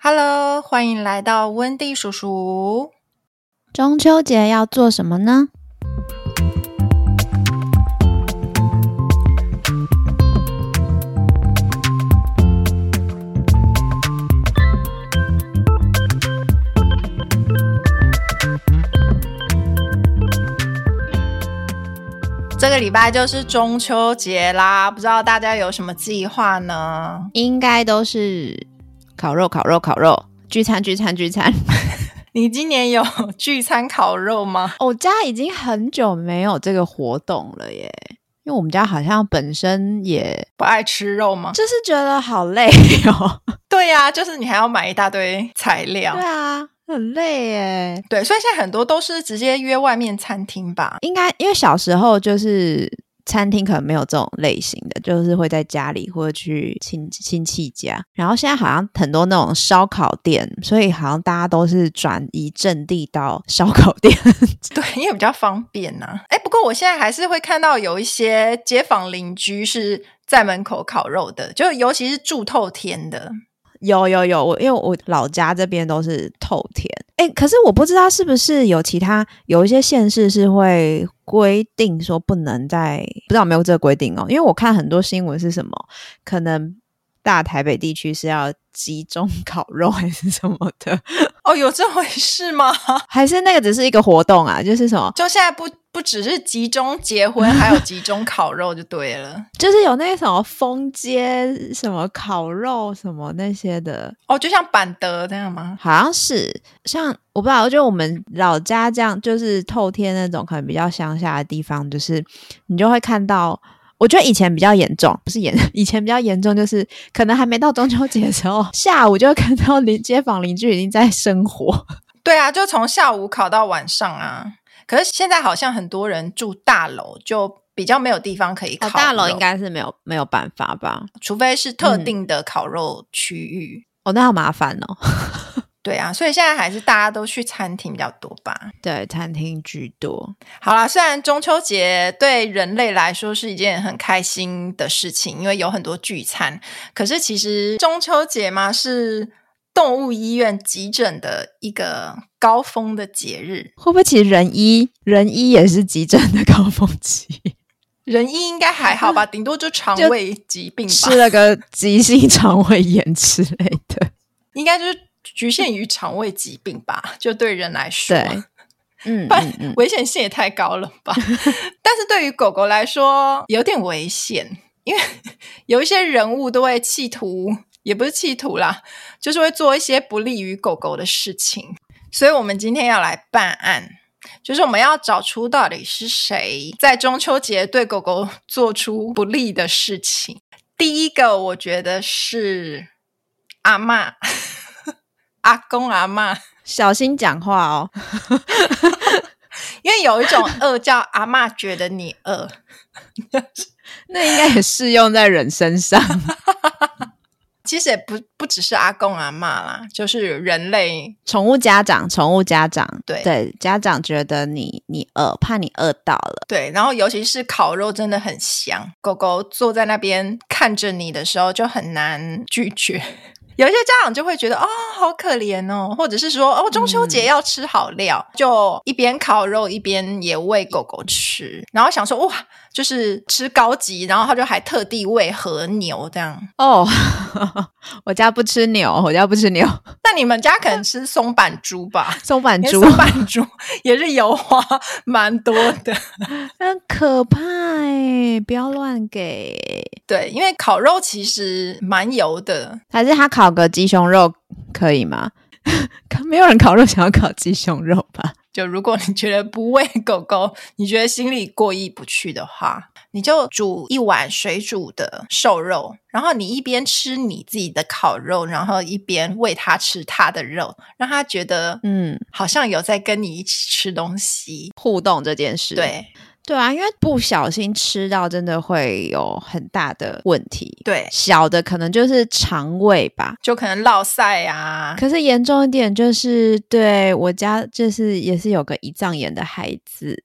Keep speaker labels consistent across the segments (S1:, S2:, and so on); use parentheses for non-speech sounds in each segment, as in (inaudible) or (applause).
S1: Hello，欢迎来到温蒂叔叔。
S2: 中秋节要做什么呢？
S1: 这个礼拜就是中秋节啦，不知道大家有什么计划呢？
S2: 应该都是烤肉、烤肉、烤肉，聚餐、聚餐、聚 (laughs) 餐。
S1: 你今年有聚餐烤肉吗？
S2: 哦我家已经很久没有这个活动了耶，因为我们家好像本身也
S1: 不爱吃肉吗？
S2: 就是觉得好累哦。
S1: 对呀、就是你还要买一大堆材料。
S2: (laughs) 对啊，很累耶。
S1: 对，所以现在很多都是直接约外面餐厅吧。
S2: 应该因为小时候就是餐厅可能没有这种类型的，就是会在家里或者去亲亲戚家。然后现在好像很多那种烧烤店，所以好像大家都是转移阵地到烧烤店。
S1: 对，因为比较方便呐、哎，不过我现在还是会看到有一些街坊邻居是在门口烤肉的，就尤其是住透天的。
S2: 有有有，我因为我老家这边都是透天，哎，可是我不知道是不是有其他有一些县市是会规定说不能在，不知道有没有这个规定哦，因为我看很多新闻是什么，可能大台北地区是要集中 (laughs) 烤肉还是什么的，
S1: 哦，有这回事吗？
S2: 还是那个只是一个活动啊，就是什么，
S1: 就现在不不只是集中结
S2: (laughs)
S1: 婚，还有集中烤肉就对了。
S2: 就是有那个什么封街什么烤肉什么那些的，
S1: 哦，就像板德这样吗？
S2: 好像是像我不知道，就我们老家这样，就是透天那种可能比较乡下的地方，就是你就会看到。我觉得以前比较严重，不是严， (laughs) 以前比较严重，就是可能还没到中秋节的时候， (laughs) 下午就会看到邻街坊邻居已经在生火。
S1: 对啊，就从下午烤到晚上啊。可是现在好像很多人住大楼，就比较没有地方可以
S2: 哦
S1: 烤、
S2: 该是没有没有办法吧？
S1: 除非是特
S2: 嗯
S1: 定的烤肉区域。
S2: 哦，那好麻烦哦。
S1: 对啊，所以现在还是大家都去餐厅比较多吧。
S2: 对，餐厅居多。
S1: 好啦，虽然中秋节对人类来说是一件很开心的事情，因为有很多聚餐，可是其实中秋节嘛是动物医院急诊的一个高峰的节日，
S2: 会不会其实人医人医也是急诊的高峰期？
S1: 人医应该还好吧，顶多就肠
S2: 嗯就
S1: 胃疾病吧
S2: 吃，了个急性肠胃炎之类的。
S1: 应该就是局限于肠胃疾病吧，就对人来说。
S2: 对，嗯
S1: 不然危险性也太高了吧？ (laughs) 但是对于狗狗来说有点危险，因为 (laughs) 有一些人物都会企图，也不是企图啦，就是会做一些不利于狗狗的事情。所以我们今天要来办案，就是我们要找出到底是谁在中秋节对狗狗做出不利的事情。第一个，我觉得是阿嬷、 (laughs) 阿公、阿嬷。
S2: 小心讲话哦。 (laughs)
S1: 因为有一种饿叫阿嬷觉得你饿，
S2: 那应该也适用在人身上。 (laughs)
S1: 其实也不不只是阿公阿嬷啦，就是人类。
S2: 宠物家长，宠物家长，
S1: 对
S2: 对，家长觉得你你饿，怕你饿到了，
S1: 对，然后尤其是烤肉真的很香，狗狗坐在那边看着你的时候就很难拒绝。 (laughs) 有一些家长就会觉得哦，好可怜哦，或者是说哦，中秋节要吃好料，就一边烤肉一边也喂狗狗吃，然后想说哇，就是吃高级，然后他就还特地喂和牛这样。
S2: 哦， (laughs) 我家不吃牛，我家不吃牛， (laughs)
S1: 那你们家可能吃松板猪吧？
S2: 松板
S1: 连
S2: 猪，
S1: 松板猪也是油花蛮多的， (laughs)
S2: 很可怕哎，不要乱给，
S1: 对，因为烤肉其实蛮油的，
S2: 还是他烤个鸡胸肉可以吗？ (laughs) 可没有人烤肉想要烤鸡胸肉吧？
S1: 就如果你觉得不喂狗狗，你觉得心里过意不去的话，你就煮一碗水煮的瘦肉，然后你一边吃你自己的烤肉，然后一边喂它吃它的肉，让它觉得
S2: 嗯，
S1: 好像有在跟你一起吃东西。
S2: 互动这件事，
S1: 对
S2: 对啊，因为不小心吃到，真的会有很大的问题。
S1: 对，
S2: 小的可能就是肠胃吧，
S1: 就可能落晒啊，
S2: 可是严重一点就是对我家就是也是有个胰脏炎的孩子，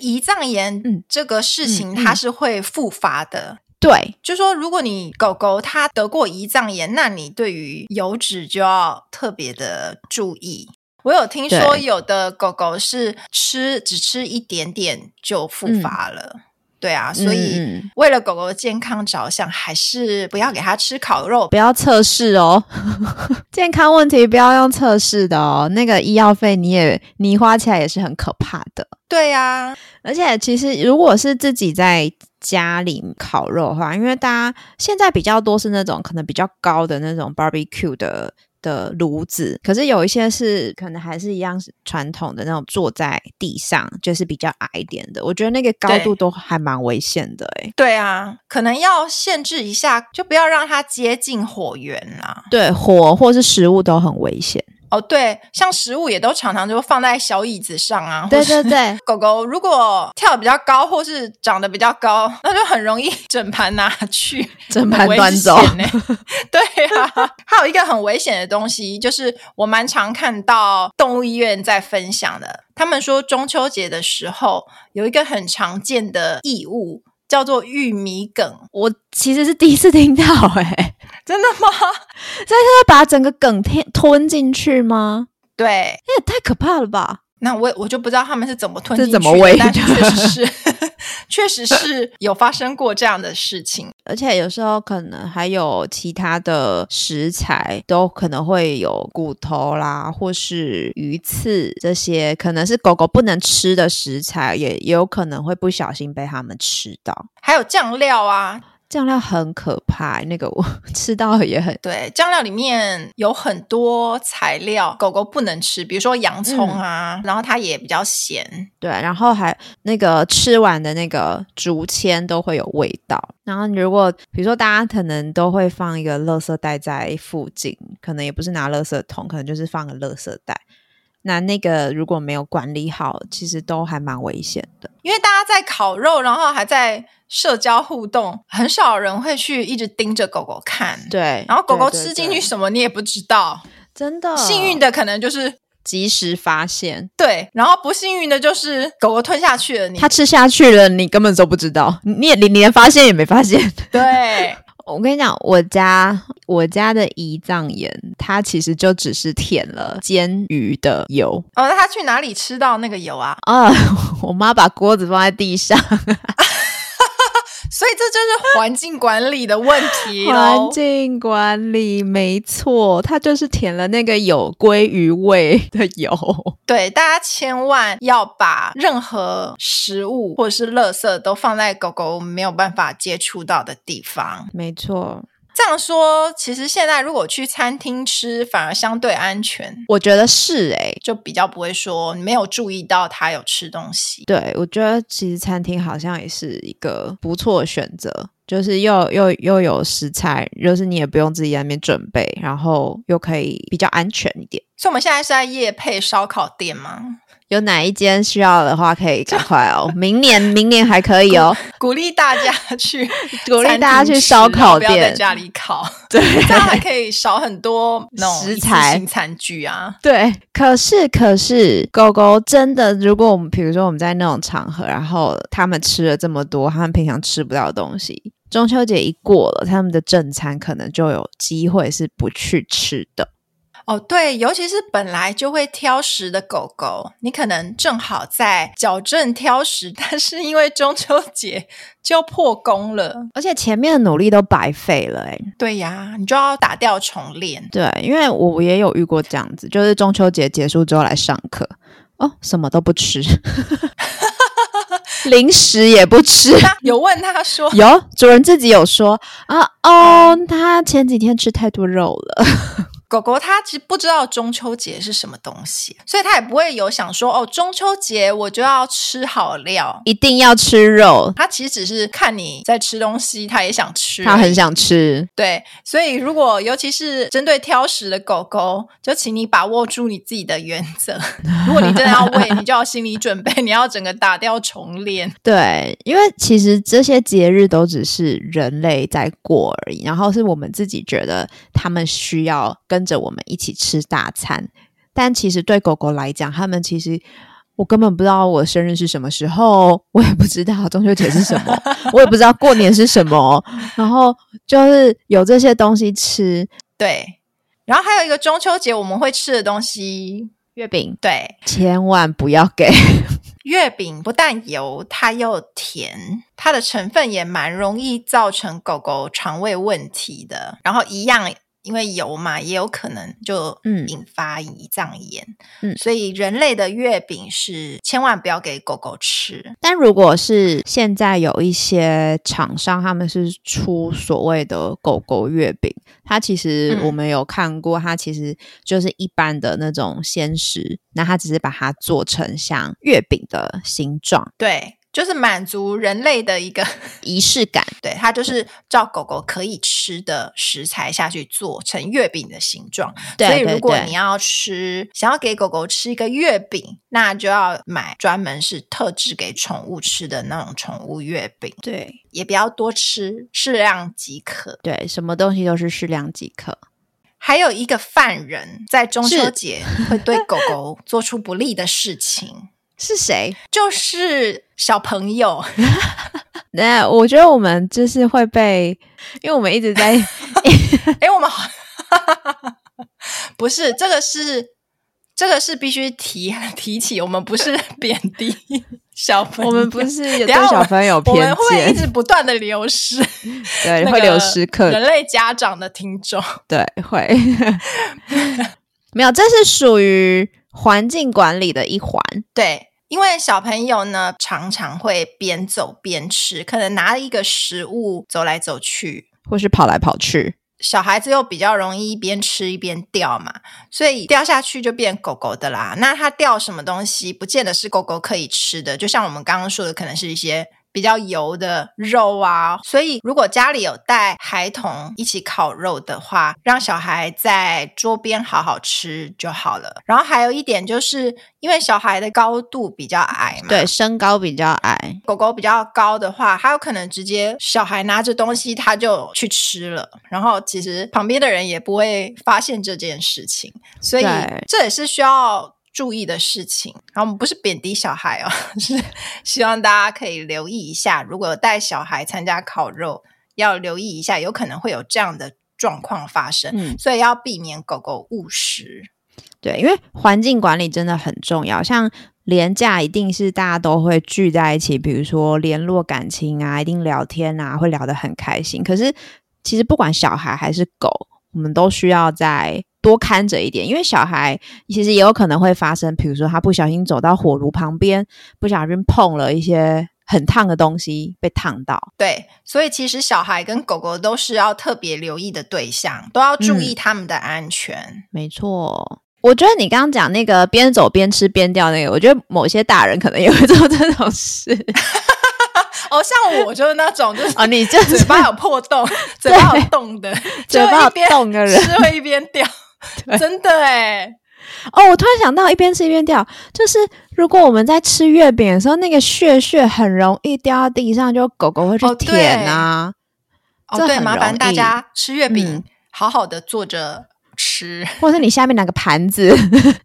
S1: 胰脏炎
S2: 嗯
S1: 这个事情
S2: 嗯嗯
S1: 它是会复发的，
S2: 对，
S1: 就说如果你狗狗它得过胰脏炎，那你对于油脂就要特别的注意。我有听说
S2: 对
S1: 有的狗狗是吃只吃一点点就复发了，对啊，所以
S2: 嗯嗯
S1: 为了狗狗的健康着想，还是不要给它吃烤肉
S2: 不。要测试哦， (laughs) 健康问题不要用测试的哦，那个医药费你也你花起来也是很可怕的。
S1: 对啊，
S2: 而且其实如果是自己在家里烤肉的话，因为大家现在比较多是那种可能比较高的那种 barbecue 的。的炉子，可是有一些是可能还是一样是传统的那种坐在地上，就是比较矮一点的。我觉得那个高度
S1: 对
S2: 都还蛮危险的、欸，
S1: 对啊，可能要限制一下，就不要让它接近火源啦。
S2: 对，火或是食物都很危险。
S1: 哦，对，像食物也都常常就放在小椅子上啊，或
S2: 对
S1: 是
S2: 对对，
S1: (laughs) 狗狗如果跳得比较高，或是长得比较高， (laughs) 那就很容易整盘拿去，
S2: (laughs) 整
S1: 很
S2: 盘
S1: 危
S2: 端走。
S1: 险欸 (laughs) 对啊， (laughs) 还有一个很危险的东西，就是我蛮常看到动物医院在分享的，他们说中秋节的时候有一个很常见的异物。叫做玉米梗，
S2: 我其实是第一次听到、欸， (laughs) 哎，
S1: 真的吗？
S2: 要把整个梗吞吞进去吗？
S1: (laughs) 对，
S2: 那也太可怕了吧！
S1: 那我我就不知道他们是怎么吞
S2: 这
S1: 进去
S2: 怎么喂
S1: 但
S2: 的
S1: 是确
S2: (laughs)
S1: 实是， (laughs) 确实是有发生过这样的事情。
S2: 而且有时候可能还有其他的食材都可能会有骨头啦，或是鱼刺这些，可能是狗狗不能吃的食材，也也有可能会不小心被它们吃到。
S1: 还有酱料啊，
S2: 酱料很可怕，欸那个我 (laughs) 吃到也很
S1: 对，酱料里面有很多材料，狗狗不能吃，比如说洋葱
S2: 嗯
S1: 啊，然后它也比较咸。
S2: 对，然后还那个吃完的那个竹签都会有味道。然后如果比如说大家可能都会放一个垃圾袋在附近，可能也不是拿垃圾桶，可能就是放个垃圾袋。那那个如果没有管理好，其实都还蛮危险的。
S1: 因为大家在烤肉，然后还在社交互动，很少人会去一直盯着狗狗看。
S2: 对，
S1: 然后狗狗
S2: 对对嗯
S1: 吃进
S2: 对
S1: 去什么你也不知道，
S2: 真的
S1: 幸运的可能就是
S2: 及时发现，嗯
S1: 对，然后不幸运的就是狗狗吞下去了你。
S2: 它吃下去了，你根本都不知道，你也你你连发现也没发现。
S1: 对，
S2: 我跟你讲，我家我家的胰脏盐，它其实就只是舔了煎鱼的油
S1: 哦，那它去哪里吃到那个油啊？
S2: 啊！ (laughs) 我妈把锅子放在地上，
S1: 所以这就是环境管理的问题
S2: (laughs) 环
S1: 喽。
S2: 境管理没错，它就是舔了那个有鲑鱼味的油。
S1: 对，大家千万要把任何食物或者是垃圾都放在狗狗没有办法接触到的地方。
S2: (laughs) 没错，
S1: 这样说，其实现在如果去餐厅吃，反而相对安全，
S2: 我觉得是欸诶、
S1: 就比较不会说没有注意到它有吃东西。
S2: 对，我觉得其实餐厅好像也是一个不错的选择，就是又又又有食材，就是你也不用自己在那边准备，然后又可以比较安全一点。
S1: 所以我们现在是在夜配烧烤店吗？
S2: 有哪一间需要的话，可以赶快哦。明年，明年还可以哦。
S1: 鼓励大
S2: (laughs)
S1: 家去
S2: 鼓励
S1: 餐
S2: 大家
S1: 厅
S2: 去
S1: 吃
S2: 烧
S1: 然后
S2: 烤
S1: 不要在
S2: 店。
S1: 家里
S2: (laughs)
S1: 烤，
S2: 对
S1: 这样还可以少很多那种
S2: 食
S1: 一次
S2: 材
S1: 性餐具啊。
S2: 对，可是可是，狗狗真的，如果我们比如说我们在那种场合，然后他们吃了这么多，他们平常吃不到的东西，中秋节一过了，他们的正餐可能就有机会是不去吃的。
S1: 哦，对，尤其是本来就会挑食的狗狗，你可能正好在矫正挑食，但是因为中秋节就破功了。
S2: 而且前面的努力都白费了、欸，
S1: 对呀，你就要打掉重练。
S2: 对，因为我也有遇过这样子，就是中秋节结束之后来上课，哦，什么都不吃，零食也不吃。，
S1: 那有问他说
S2: (laughs) 有主人自己有说啊，哦，他前几天吃太多肉了， (laughs)
S1: 狗狗它其实不知道中秋节是什么东西，所以它也不会有想说哦，中秋节我就要吃好料。
S2: 一定要吃肉，
S1: 它其实只是看你在吃东西，它也想吃而已，
S2: 他很想吃。
S1: 对，所以如果尤其是针对挑食的狗狗，就请你把握住你自己的原则。如果你真的要喂，你就要心理准备，你要整个打掉重练。
S2: 对，因为其实这些节日都只是人类在过而已，然后是我们自己觉得他们需要跟着我们一起吃大餐，但其实对狗狗来讲，他们其实我根本不知道我生日是什么时候，我也不知道中秋节是什么，我也不知道过年是什么，然后就是有这些东西吃，
S1: 对，然后还有一个中秋节我们会吃的东西，
S2: 月饼
S1: 对，
S2: 千万不要给。
S1: 月饼不但油，它又甜，它的成分也蛮容易造成狗狗肠胃问题的。然后一样，因为油嘛，也有可能就
S2: 嗯
S1: 引发胰脏炎。
S2: 嗯
S1: 所以人类的月饼是千万不要给狗狗吃。
S2: (laughs) 但如果是现在有一些厂商，他们是出所谓的狗狗月饼，它其实
S1: 嗯
S2: 我们有看过，它其实就是一般的那种鲜食，那它只是把它做成像月饼的形状，
S1: 对，就是满足人类的一个，
S2: (laughs) 仪式感。
S1: 对，它就是照狗狗可以吃的食材下去做成月饼的形状。所以如果你要吃，想要给狗狗吃一个月饼，那就要买专门是特制给宠物吃的那种宠物月饼，
S2: 对
S1: 也不要多吃，适量即可。
S2: 对，什么东西都是适量即可。
S1: 还有一个犯人在中秋
S2: 是
S1: 节会对狗
S2: (laughs)
S1: 狗做出不利的事情，
S2: 是谁？
S1: 就是小朋友。
S2: (laughs) 那我觉得我们就是会被，因为我们一直在
S1: 诶，我们好，不是这个是。这个是必须提 (laughs) 提起，我们不是贬低小朋友，
S2: 我们不是有对
S1: 等一下
S2: 小朋友有
S1: 我们
S2: 偏
S1: 会一
S2: 见，
S1: 直不断的流失，
S2: 对，
S1: 那
S2: 会
S1: 个
S2: 流失客
S1: 人类家长的听众。
S2: 对，会 (laughs) 没有，这是属于环境管理的一环。
S1: (laughs) 对，因为小朋友呢常常会边走边吃，可能拿一个食物走来走去。
S2: 或是跑来跑去，
S1: 小孩子又比较容易一边吃一边掉嘛，所以掉下去就变狗狗的啦。那它掉什么东西，不见得是狗狗可以吃的，就像我们刚刚说的，可能是一些比较油的肉啊。所以如果家里有带孩童一起烤肉的话，让小孩在桌边好好吃就好了。然后还有一点就是，因为小孩的高度比较矮嘛，
S2: 对，身高比较矮，
S1: 狗狗比较高的话，它有可能直接小孩拿着东西它就去吃了，然后其实旁边的人也不会发现这件事情，所以
S2: 对
S1: 这也是需要注意的事情。然后我们不是贬低小孩哦， (laughs) 是希望大家可以留意一下，如果有带小孩参加烤肉，要留意一下，有可能会有这样的状况发生，
S2: 嗯，
S1: 所以要避免狗狗误食。
S2: 对，因为环境管理真的很重要，像。廉价一定是大家都会聚在一起，比如说联络感情啊，一定聊天啊，会聊得很开心。可是其实不管小孩还是狗，我们都需要再多看着一点，因为小孩其实也有可能会发生，比如说他不小心走到火炉旁边，不小心碰了一些很烫的东西，被烫到，
S1: 对，所以其实小孩跟狗狗都是要特别留意的对象，都要注
S2: 嗯
S1: 意他们的安全。
S2: 没错，我觉得你刚刚讲那个边走边吃边掉那个，我觉得某些大人可能也会做这种事
S1: 哦，像我就是那种，
S2: (laughs)
S1: 就是
S2: 哦。你就
S1: 嘴
S2: 是
S1: 巴有破洞，
S2: (laughs)
S1: 嘴巴有洞的， (laughs) 就
S2: 嘴巴
S1: 一
S2: 有
S1: 边
S2: 洞的人
S1: 吃会一边掉，真的哎，
S2: (laughs) 哦，我突然想到一边吃一边掉，就是如果我们在吃月饼的时候，那个屑屑很容易掉到地上，就狗狗会去
S1: 哦对
S2: 舔啊。
S1: 哦
S2: 这
S1: 对，
S2: 很
S1: 麻烦
S2: 容
S1: 大
S2: 易
S1: 家吃月饼
S2: 嗯，
S1: 好好的坐着吃，
S2: 或是你下面拿个
S1: (laughs)
S2: 盘子，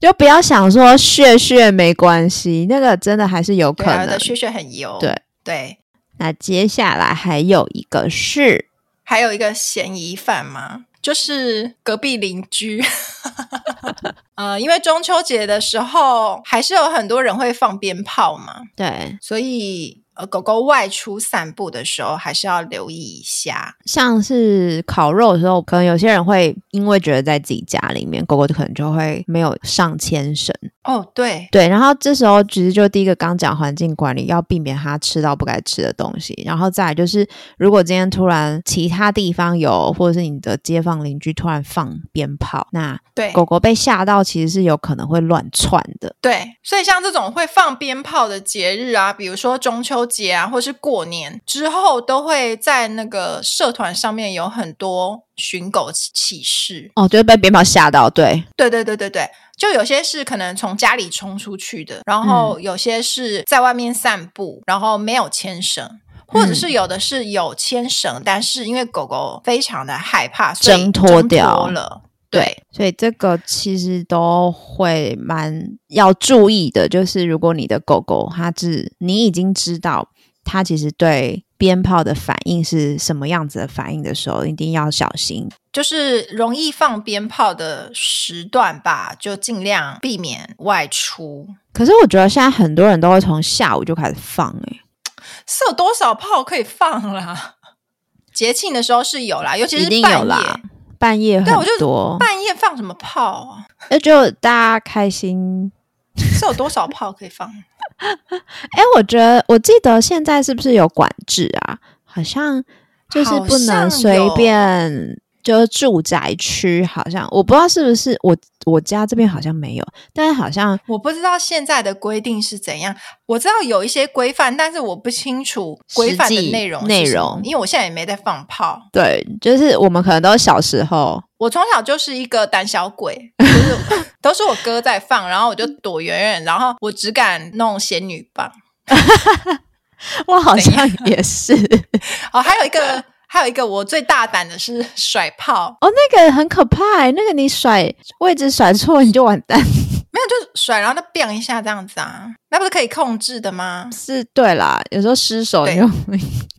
S2: 就不要想说屑屑没关系，那个真的还是有可
S1: 对啊，
S2: 能。
S1: 的屑屑很油，
S2: 对
S1: 对，
S2: 那接下来还有一个是，
S1: 还有一个嫌疑犯嘛，就是隔壁邻居。 (laughs) 呃，因为中秋节的时候，还是有很多人会放鞭炮嘛，
S2: 对，
S1: 所以呃，狗狗外出散步的时候，还是要留意一下。
S2: 像是烤肉的时候，可能有些人会因为觉得在自己家里面，狗狗就可能就会没有上牵绳。
S1: 哦，对，
S2: 对，然后这时候其实就第一个刚讲环境管理，要避免它吃到不该吃的东西。然后再来就是，如果今天突然其他地方有，或者是你的街坊邻居突然放鞭炮，那
S1: 对，
S2: 狗狗被吓到，其实是有可能会乱窜的。
S1: 对，所以像这种会放鞭炮的节日啊，比如说中秋节啊，或是过年之后，都会在那个社团上面有很多寻狗启启事。
S2: 哦，就会被鞭炮吓到，对，
S1: 对对对对对，就有些是可能从家里冲出去的，然后
S2: 嗯
S1: 有些是在外面散步，然后没有牵绳。或者是
S2: 嗯
S1: 有的是有牵绳，但是因为狗狗非常的害怕，所以
S2: 挣脱掉
S1: 了。
S2: 对，所以这个其实都会蛮要注意的，就是如果你的狗狗它是你已经知道它其实对鞭炮的反应是什么样子的反应的时候，一定要小心。
S1: 就是容易放鞭炮的时段吧，就尽量避免外出。
S2: 可是我觉得现在很多人都会从下午就开始放、欸，诶，
S1: 是有多少炮可以放啦？节庆的时候是有啦，尤其是
S2: 一定
S1: 半
S2: 有啦
S1: 夜。
S2: 半夜
S1: 对，我
S2: 很
S1: 就
S2: 多，
S1: 半夜放什么炮啊？
S2: 那就大家开心
S1: 是有多少炮可以放？
S2: 哎、我觉得我记得现在是不是有管制啊？好像就是
S1: 好
S2: 不能
S1: 像
S2: 随
S1: 有
S2: 便，就是住宅区好像我不知道是不是我我家这边好像没有，但是好像
S1: 我不知道现在的规定是怎样，我知道有一些规范，但是我不清楚规范
S2: 实
S1: 的
S2: 际
S1: 内容是
S2: 内
S1: 什么
S2: 容
S1: 因为我现在也没在放炮。
S2: 对，就是我们可能都是小时候，
S1: (laughs) 我从小就是一个胆小鬼，
S2: (laughs)
S1: 就是都是我哥在放，然后我就躲远远，然后我只敢弄仙女棒。
S2: 我好
S1: 怎
S2: 像也是
S1: 哦，还有一个，还有一个，我最大胆的是甩炮，
S2: 哦，那个很可怕、欸，那个你甩位置甩错你就完蛋。
S1: 没有就甩，然后就 biang 一下这样子啊，那不是可以控制的吗？
S2: 是对啦，有时候失手你
S1: 对
S2: 就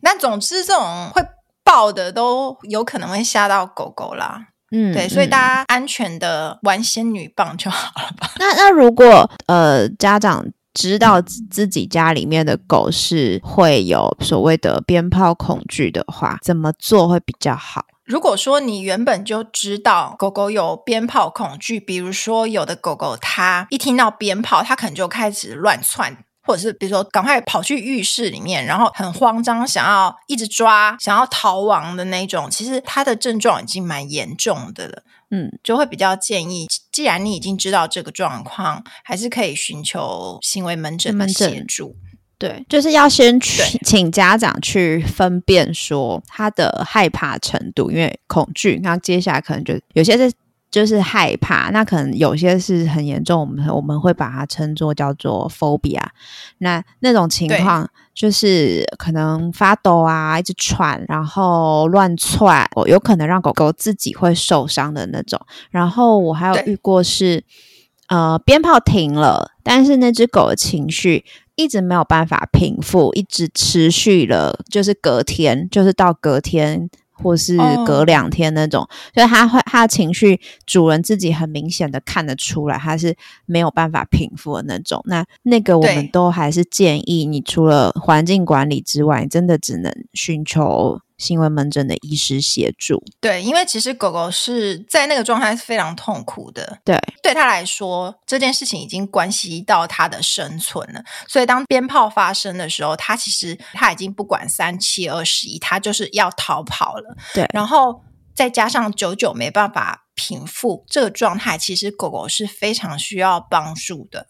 S1: 但总之这种会爆的都有可能会吓到狗狗啦。
S2: 嗯，
S1: 对，所以
S2: 嗯
S1: 大家安全的玩仙女棒就好了 (laughs) 吧。
S2: 那那如果呃家长知道自自己家里面的狗是会有所谓的鞭炮恐惧的话，怎么做会比较好？
S1: 如果说你原本就知道狗狗有鞭炮恐惧，比如说有的狗狗它一听到鞭炮，它可能就开始乱窜。或者是比如说，赶快跑去浴室里面，然后很慌张，想要一直抓，想要逃亡的那种。其实它的症状已经蛮严重的了，
S2: 嗯，
S1: 就会比较建议，既然你已经知道这个状况，还是可以寻求行为门诊的
S2: 门诊
S1: 协助。
S2: 对，就是要先去
S1: 对
S2: 请家长去分辨说他的害怕程度，因为恐惧，那接下来可能就有些是。就是害怕，那可能有些是很严重，我们我们会把它称作叫做 phobia。那那种情
S1: 对
S2: 况就是可能发抖啊，一直喘，然后乱窜，哦有可能让狗狗自己会受伤的那种。然后我还有
S1: 对
S2: 遇过是，呃，鞭炮停了，但是那只狗的情绪一直没有办法平复，一直持续了，就是隔天，就是到隔天。或是
S1: 哦
S2: 隔两天那种所以它会它的情绪，主人自己很明显的看得出来，它是没有办法平复的那种。那那个我
S1: 对
S2: 们都还是建议你，除了环境管理之外，你真的只能寻求行为门诊的医师协助。
S1: 对，因为其实狗狗是在那个状态是非常痛苦的，
S2: 对，
S1: 对它来说，这件事情已经关系到它的生存了。所以当鞭炮发生的时候，它其实它已经不管三七二十一，它就是要逃跑了。
S2: 对
S1: 然后再加上久久没办法平复这个状态，其实狗狗是非常需要帮助的。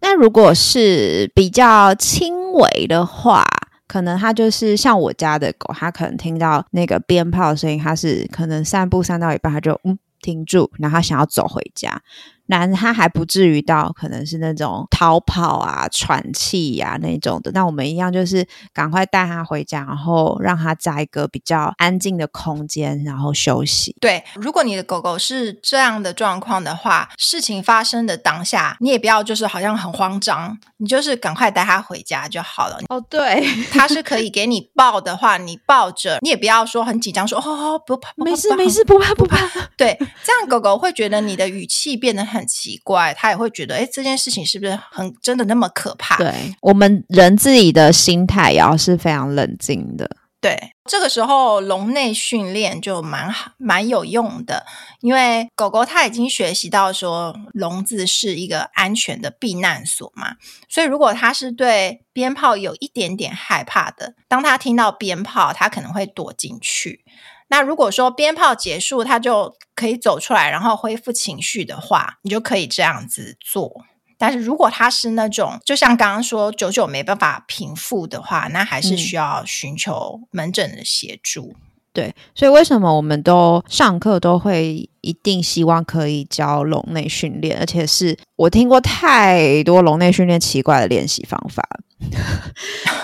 S2: 那如果是比较轻微的话，可能它就是像我家的狗，它可能听到那个鞭炮的声音，它是可能散步散到一半，它就嗯停住，然后它想要走回家。那它还不至于到可能是那种逃跑啊、喘气呀、那种的。那我们一样就是赶快带它回家，然后让它在一个比较安静的空间，然后休息。
S1: 对，如果你的狗狗是这样的状况的话，事情发生的当下，你也不要就是好像很慌张，你就是赶快带它回家就好了。
S2: 哦，对，
S1: 它是可以给你抱的话，你抱着，你也不要说很紧张，说哦哦不怕，不怕
S2: 没
S1: 不
S2: 事
S1: 怕
S2: 没事，不怕不怕。
S1: 对，这样狗狗会觉得你的语气变得很奇怪，它也会觉得，哎，这件事情是不是很真的那么可怕？
S2: 对我们人自己的心态也要是非常冷静的。
S1: 对，这个时候笼内训练就蛮好、蛮有用的，因为狗狗它已经学习到说笼子是一个安全的避难所嘛，所以如果它是对鞭炮有一点点害怕的，当它听到鞭炮，它可能会躲进去。那如果说鞭炮结束，它就可以走出来，然后恢复情绪的话，你就可以这样子做。但是如果它是那种，就像刚刚说久久没办法平复的话，那还是
S2: 嗯
S1: 需要寻求门诊的协助。
S2: 对，所以为什么我们都上课都会一定希望可以教笼内训练，而且是我听过太多笼内训练奇怪的练习方法了，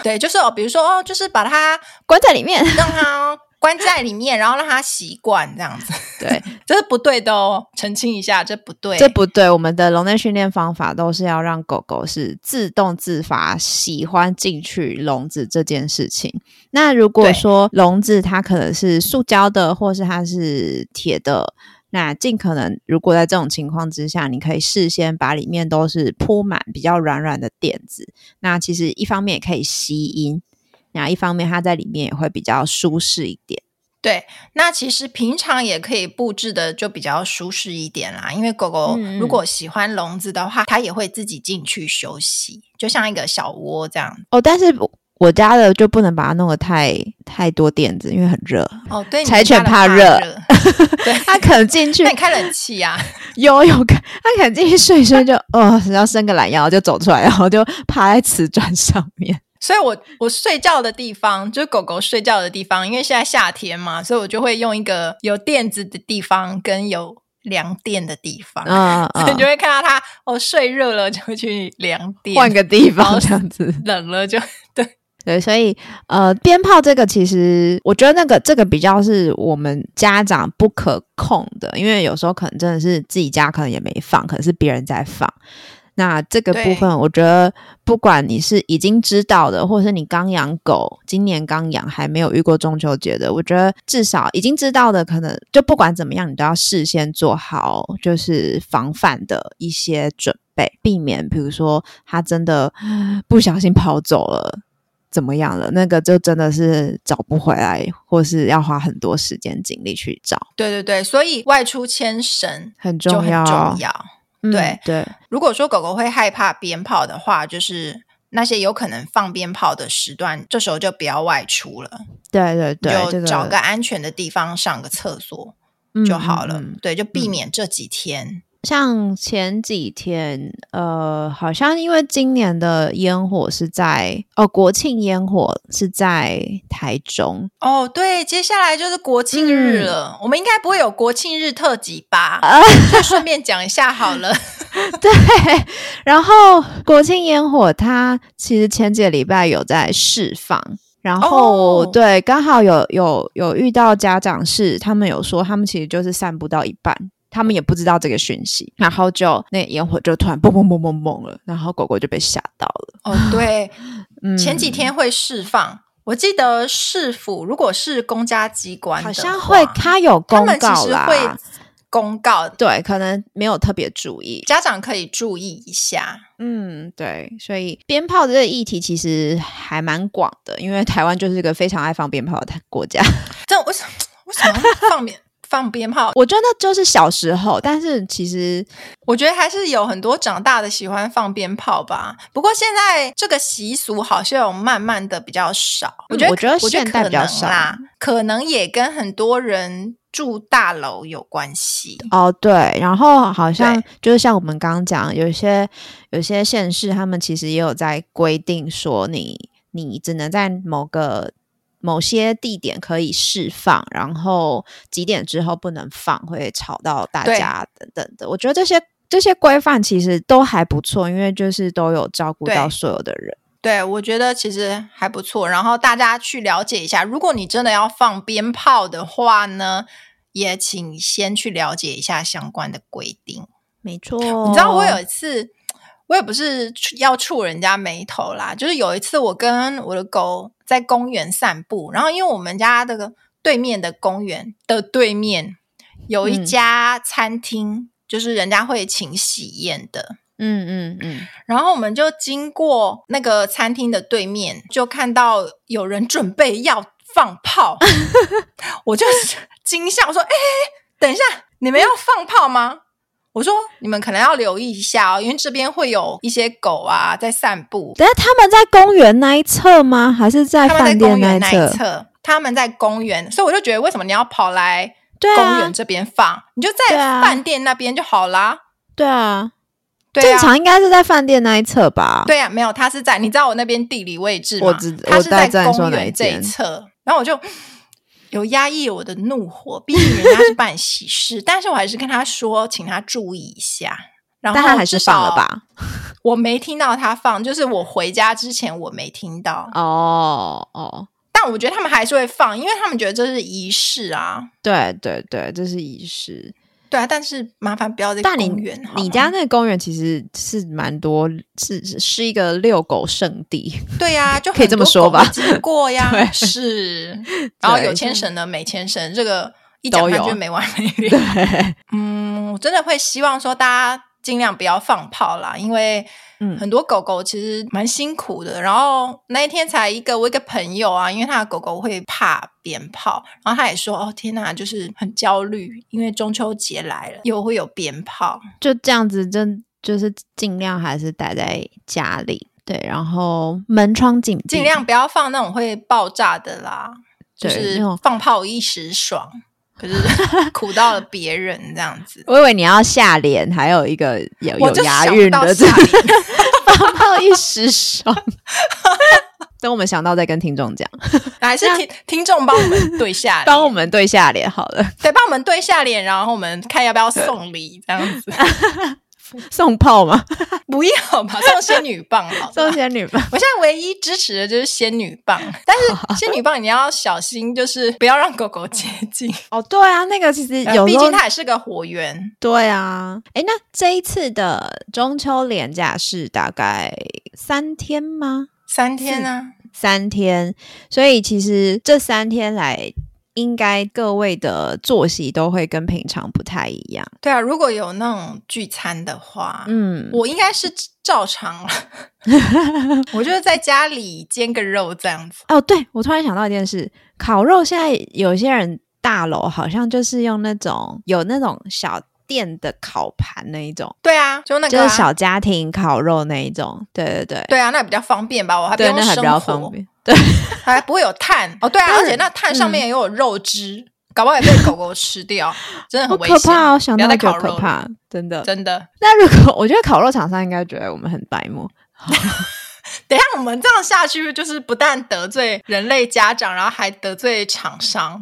S1: 对，就是哦，比如说哦，就是把它
S2: 关在里面。
S1: (laughs) 让它关在里面，然后让它习惯这样子，
S2: 对，
S1: 这是不 (laughs) 对的哦，澄清一下，这不对。
S2: 这不对，我们的笼内训练方法都是要让狗狗是自动自发喜欢进去笼子这件事情。那如果
S1: 对
S2: 说笼子它可能是塑胶的，或是它是铁的，那尽可能如果在这种情况之下，你可以事先把里面都是铺满比较软软的垫子。那其实一方面也可以吸音，那一方面它在里面也会比较舒适一点。
S1: 对，那其实平常也可以布置的就比较舒适一点啦，因为狗狗
S2: 嗯嗯
S1: 如果喜欢笼子的话，它也会自己进去休息，就像一个小窝这样。
S2: 哦，但是我我家的就不能把它弄得太太多垫子，因为很热。
S1: 哦，对，你
S2: 柴
S1: 们家
S2: 犬
S1: 的
S2: 怕
S1: 热 (laughs)
S2: 热，
S1: 对，
S2: (laughs) 他可能进去
S1: 那你开冷气啊 (laughs) 呀、
S2: 游泳，他可能进去睡一睡就哦，然后伸个懒腰就走出来，然后就趴在瓷砖上面。
S1: 所以我我睡觉的地方就是狗狗睡觉的地方，因为现在夏天嘛，所以我就会用一个有垫子的地方跟有凉垫的地方，
S2: (laughs) 嗯
S1: 所以
S2: 嗯
S1: 你就，会看到它哦睡热了就去凉垫，
S2: 换个地
S1: 然后
S2: 方这样子。
S1: (laughs) 冷了就
S2: (laughs) 对，所以呃，鞭炮这个其实我觉得那个这个比较是我们家长不可控的，因为有时候可能真的是自己家可能也没放，可能是别人在放。那这个部
S1: 对
S2: 分，我觉得不管你是已经知道的，或者是你刚养狗，今年刚养还没有遇过中秋节的，我觉得至少已经知道的，可能就不管怎么样，你都要事先做好就是防范的一些准备，避免比如说它真的不小心跑走了。怎么样了？那个就真的是找不回来，或是要花很多时间精力去找，
S1: 对对对，所以外出牵绳
S2: 很重
S1: 就很
S2: 要。
S1: 重要。
S2: 嗯
S1: 对
S2: 对，
S1: 如果说狗狗会害怕鞭炮的话，就是那些有可能放鞭炮的时段，这时候就不要外出了，
S2: 对对对，这
S1: 就找
S2: 个
S1: 个安全的地方上个厕所
S2: 嗯
S1: 就好了。
S2: 嗯嗯
S1: 对，就避免这几天。
S2: 像前几天，呃，好像因为今年的烟火是在哦，国庆烟火是在台中，
S1: 哦，对，接下来就是国庆日了，我们应该不会有国庆日特辑 (laughs) 吧？就顺便讲一下好了。 (laughs)
S2: 对。然后国庆烟火它其实前几个礼拜有在释放，然后、
S1: 哦
S2: 对，刚好有有有遇到家长是他们有说，他们其实就是散步到一半。他们也不知道这个讯息，然后就那烟火就突然嘣嘣嘣嘣嘣了，然后狗狗就被吓到了。
S1: 哦，对，
S2: 嗯，
S1: 前几天会释放。我记得市府如果是公家机关的话，
S2: 好像会，它有
S1: 他
S2: 公
S1: 们其
S2: 告
S1: 实
S2: 啦，
S1: 会公告，
S2: 对，可能没有特别注意。
S1: 家长可以注意一下。
S2: 嗯，对，所以鞭炮这个议题其实还蛮广的，因为台湾就是一个非常爱放鞭炮的国家。 (laughs)
S1: 这为什么为什么放鞭 (laughs) 放鞭炮？
S2: 我觉得就是小时候，但是其实
S1: 我觉得还是有很多长大的喜欢放鞭炮吧。不过现在这个习俗好像有慢慢的比较少。我觉得
S2: 嗯我觉得
S1: 我觉
S2: 现代比较
S1: 可能啦，可能也跟很多人住大楼有关系。
S2: 哦，对，然后好像
S1: 对
S2: 就是像我们刚刚讲，有一些有些县市，他们其实也有在规定说你，你只能在某个某些地点可以释放，然后几点之后不能放，会吵到大
S1: 对
S2: 家等等的。我觉得这些这些规范其实都还不错，因为就是都有照顾到
S1: 对
S2: 所有的人。
S1: 对，我觉得其实还不错。然后大家去了解一下，如果你真的要放鞭炮的话呢，也请先去了解一下相关的规定。
S2: 没错，
S1: 你知道我
S2: 哦
S1: 有一次，我也不是触要触人家眉头啦，就是有一次我跟我的狗在公园散步，然后因为我们家这个对面的公园的对面有一
S2: 嗯
S1: 家餐厅，就是人家会请喜宴的，
S2: 嗯嗯嗯，
S1: 然后我们就经过那个餐厅的对面，就看到有人准备要放
S2: (laughs)
S1: 炮，我就惊吓，我说：“哎、等一下，你们要放炮吗？”我说：“你们可能要留意一下哦，因为这边会有一些狗啊在散步，
S2: 等下他们在公园那一侧吗？还是在
S1: 他们在
S2: 饭
S1: 公
S2: 店
S1: 园
S2: 一
S1: 那
S2: 侧
S1: 一？侧，他们在公园，所以我就觉得为什么你要跑来
S2: 对
S1: 公
S2: 啊
S1: 园，这边放，你就在
S2: 对啊
S1: 饭店那边就好啦。”
S2: 对啊。
S1: 对
S2: 正
S1: 啊，
S2: 常应该是在饭店那一侧吧？，
S1: 对啊，没有，他是在你知道我那边地理位置吗？
S2: 我知
S1: 他
S2: 我
S1: 是
S2: 大概
S1: 在
S2: 知道你
S1: 公
S2: 说哪
S1: 园
S2: 一
S1: 这一
S2: 间
S1: 侧，然后我就有压抑我的怒火，毕竟人家是办喜事，但是我还是跟他说，请他注意一下。然后
S2: 但他还是
S1: 至少
S2: 放了？吧？
S1: 我没听到他放，就是我回家之前我没听到，
S2: 哦哦，
S1: 但我觉得他们还是会放，因为他们觉得这是仪式啊。
S2: 对对对，这是仪式。
S1: 对啊，但是麻烦不要在
S2: 但你
S1: 公园好吗。
S2: 你家那个公园其实是蛮多，是是是一个遛狗圣地。
S1: 对呀、就
S2: 可以这么说吧
S1: 很多狗会啊经过呀
S2: (laughs) 对，
S1: (laughs) 是。然后有牵绳的、没牵绳，这个一讲
S2: 都
S1: 他
S2: 有
S1: 就没完没
S2: (laughs)
S1: 了。
S2: 对，
S1: 嗯，我真的会希望说大家尽量不要放炮啦，因为
S2: 嗯
S1: 很多狗狗其实蛮辛苦的。然后那一天才一个我一个朋友啊，因为他的狗狗会怕鞭炮，然后他也说哦天哪，就是很焦虑，因为中秋节来了，又会有鞭炮。
S2: (laughs) 就这样子，真就是尽量还是待在家里。对，然后门窗紧闭，
S1: 尽量不要放那种会爆炸的啦，就
S2: 对
S1: 是
S2: 那种
S1: 放炮一时爽，可
S2: (laughs)
S1: 是苦到了别人这样子。
S2: 我以为你要下联，还有一个有
S1: 我
S2: 有
S1: 就
S2: 押
S1: 想不
S2: 韵
S1: 到
S2: 的字
S1: 下，联
S2: 放到一时爽。 (laughs) 等我们想到再跟听众讲，
S1: 还是听听众帮我们对
S2: (laughs)
S1: 下联，
S2: 帮我们对下联好了， (laughs)
S1: 对帮我们对下脸，然后我们看要不要送礼这样
S2: (laughs)
S1: 子，
S2: 送炮吗？
S1: 不要吧，送仙女棒好
S2: 送
S1: 了。
S2: 仙女棒，
S1: 我现在唯一支持的就是仙女棒，但
S2: (laughs)
S1: 是仙女棒你要小心，就是不要让狗狗接近，
S2: 哦，对啊，那个其实
S1: 呃
S2: (laughs) 有
S1: 毕
S2: 时候
S1: 竟它也是个火源。
S2: 对啊，哎，那这一次的中秋连假是大概三天吗？
S1: 三天啊，
S2: 三天，所以其实这三天来，应该各位的作息都会跟平常不太一样。
S1: 对啊，如果有那种聚餐的话，
S2: 嗯，
S1: 我应该是照常了， (laughs) 我就是在家里煎个肉这样子。
S2: 哦，对，我突然想到一件事，烤肉现在有些人大楼好像就是用那种有那种小店的烤盘那一种，
S1: 对啊，就那个、
S2: 就
S1: 啊、
S2: 是小家庭烤肉那一种。对对对，
S1: 对啊，那比较方便吧，我还不
S2: 对，
S1: 用
S2: 那还比
S1: 生
S2: 较方
S1: 火，
S2: 便。
S1: (laughs) 还不会有碳。哦，对啊，
S2: 但
S1: 而
S2: 是嗯
S1: 且那碳上面也有肉汁，搞不好也被狗狗吃掉，真的
S2: 好
S1: 很危
S2: 可
S1: 险。
S2: 怕哦！想
S1: 不要
S2: 到
S1: 再
S2: 就
S1: 烤肉
S2: 可
S1: 了，
S2: 怕，真的。
S1: 真的。
S2: 那如果我 (laughs) 觉得烤肉厂商应该觉得我们很白目，
S1: 等一下我们这样下去，就是不但得罪人类家长，然后还得罪厂商，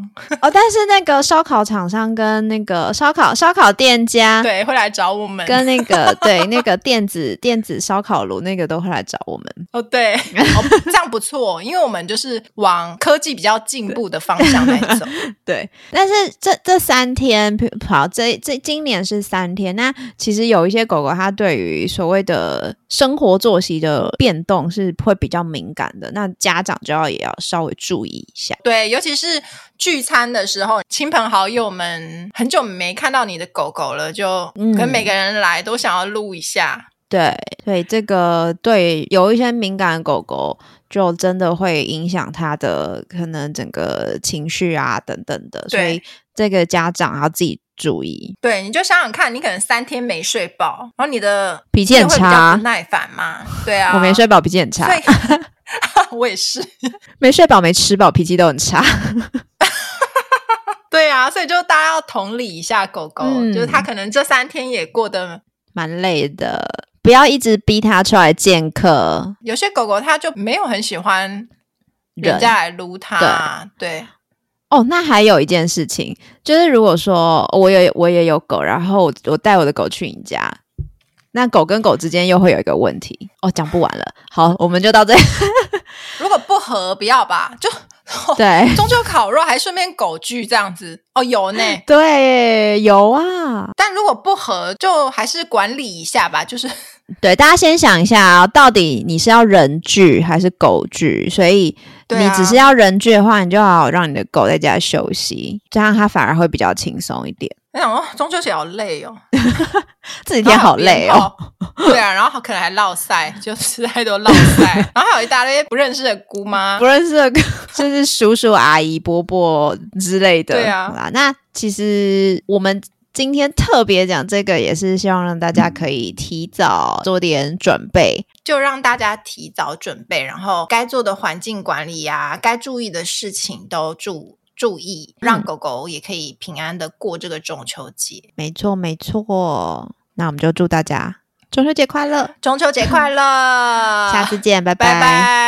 S2: 哦，但是那个烧烤厂商跟那个烧烤烧烤店家，
S1: 对，会来找我们。
S2: 跟那个对那个电子电子烧烤炉那个都会来找我们。
S1: 哦，
S2: (laughs)
S1: 对，哦，这样不错，因为我们就是往科技比较进步的方向来走。
S2: 对，但是这这三天，譬好，这这今年是三天。那其实有一些狗狗，它对于所谓的生活作息的变动是会比较敏感的，那家长就要也要稍微注意一下。
S1: 对，尤其是聚餐的时候，亲朋好友们很久没看到你的狗狗了，就
S2: 嗯
S1: 跟每个人来都想要录一下。
S2: 对，所以这个对有一些敏感的狗狗，就真的会影响它的可能整个情绪啊等等的，所
S1: 对
S2: 以这个家长要自己注意，
S1: 对，你就想想看，你可能三天没睡饱，然后你的
S2: 脾气很
S1: 会比较
S2: 差
S1: 不。耐烦嘛。对啊，
S2: 我没，睡饱，脾气很差
S1: 所；以 (laughs) 我也是。
S2: 没睡饱、没吃饱，脾气都很差。
S1: 对啊，所以就大家要同理一下狗狗，
S2: 嗯
S1: 就是它可能这三天也过得
S2: 蛮累的。不要一直逼他出来见客，
S1: 有些狗狗它就没有很喜欢人
S2: 人
S1: 家来撸它，对
S2: 哦，那还有一件事情，就是如果说我也我也有狗，然后我我带我的狗去你家，那狗跟狗之间又会有一个问题。哦，讲不完了，好，我们就到这里。 (laughs)
S1: 如果不合不要吧，就 (laughs)
S2: 对
S1: 中秋烤肉还顺便狗聚这样子哦，有
S2: (laughs)
S1: 呢。
S2: 对，有啊，
S1: 但如果不合，就还是管理一下吧。就是
S2: 对，大家先想一下啊、到底你是要人剧还是狗剧？所以
S1: 对
S2: 你
S1: 啊
S2: 只是要人剧的话，你就好好让你的狗在家休息，这样它反而会比较轻松一点。
S1: 我想哦，中秋节好累哦，
S2: 这几
S1: 然
S2: 天
S1: 后还有
S2: 好累
S1: 鞭
S2: 哦。
S1: 炮。对啊，然后可能还落塞，就吃太多落塞，
S2: (laughs)
S1: 然后还有一大堆不认识的姑妈
S2: 不。认识的， (laughs) 就是叔叔、阿姨、伯伯之类的。
S1: 对啊
S2: 好啦，那其实我们今天特别讲这个，也是希望让大家可以提早做点准备。
S1: 就让大家提早准备，然后该做的环境管理呀、该注意的事情都注注意，
S2: 嗯
S1: 让狗狗也可以平安的过这个中秋节。
S2: 没错，没错。那我们就祝大家中秋节快乐，
S1: 中秋节快乐！
S2: (laughs) 下次见，拜
S1: 拜拜。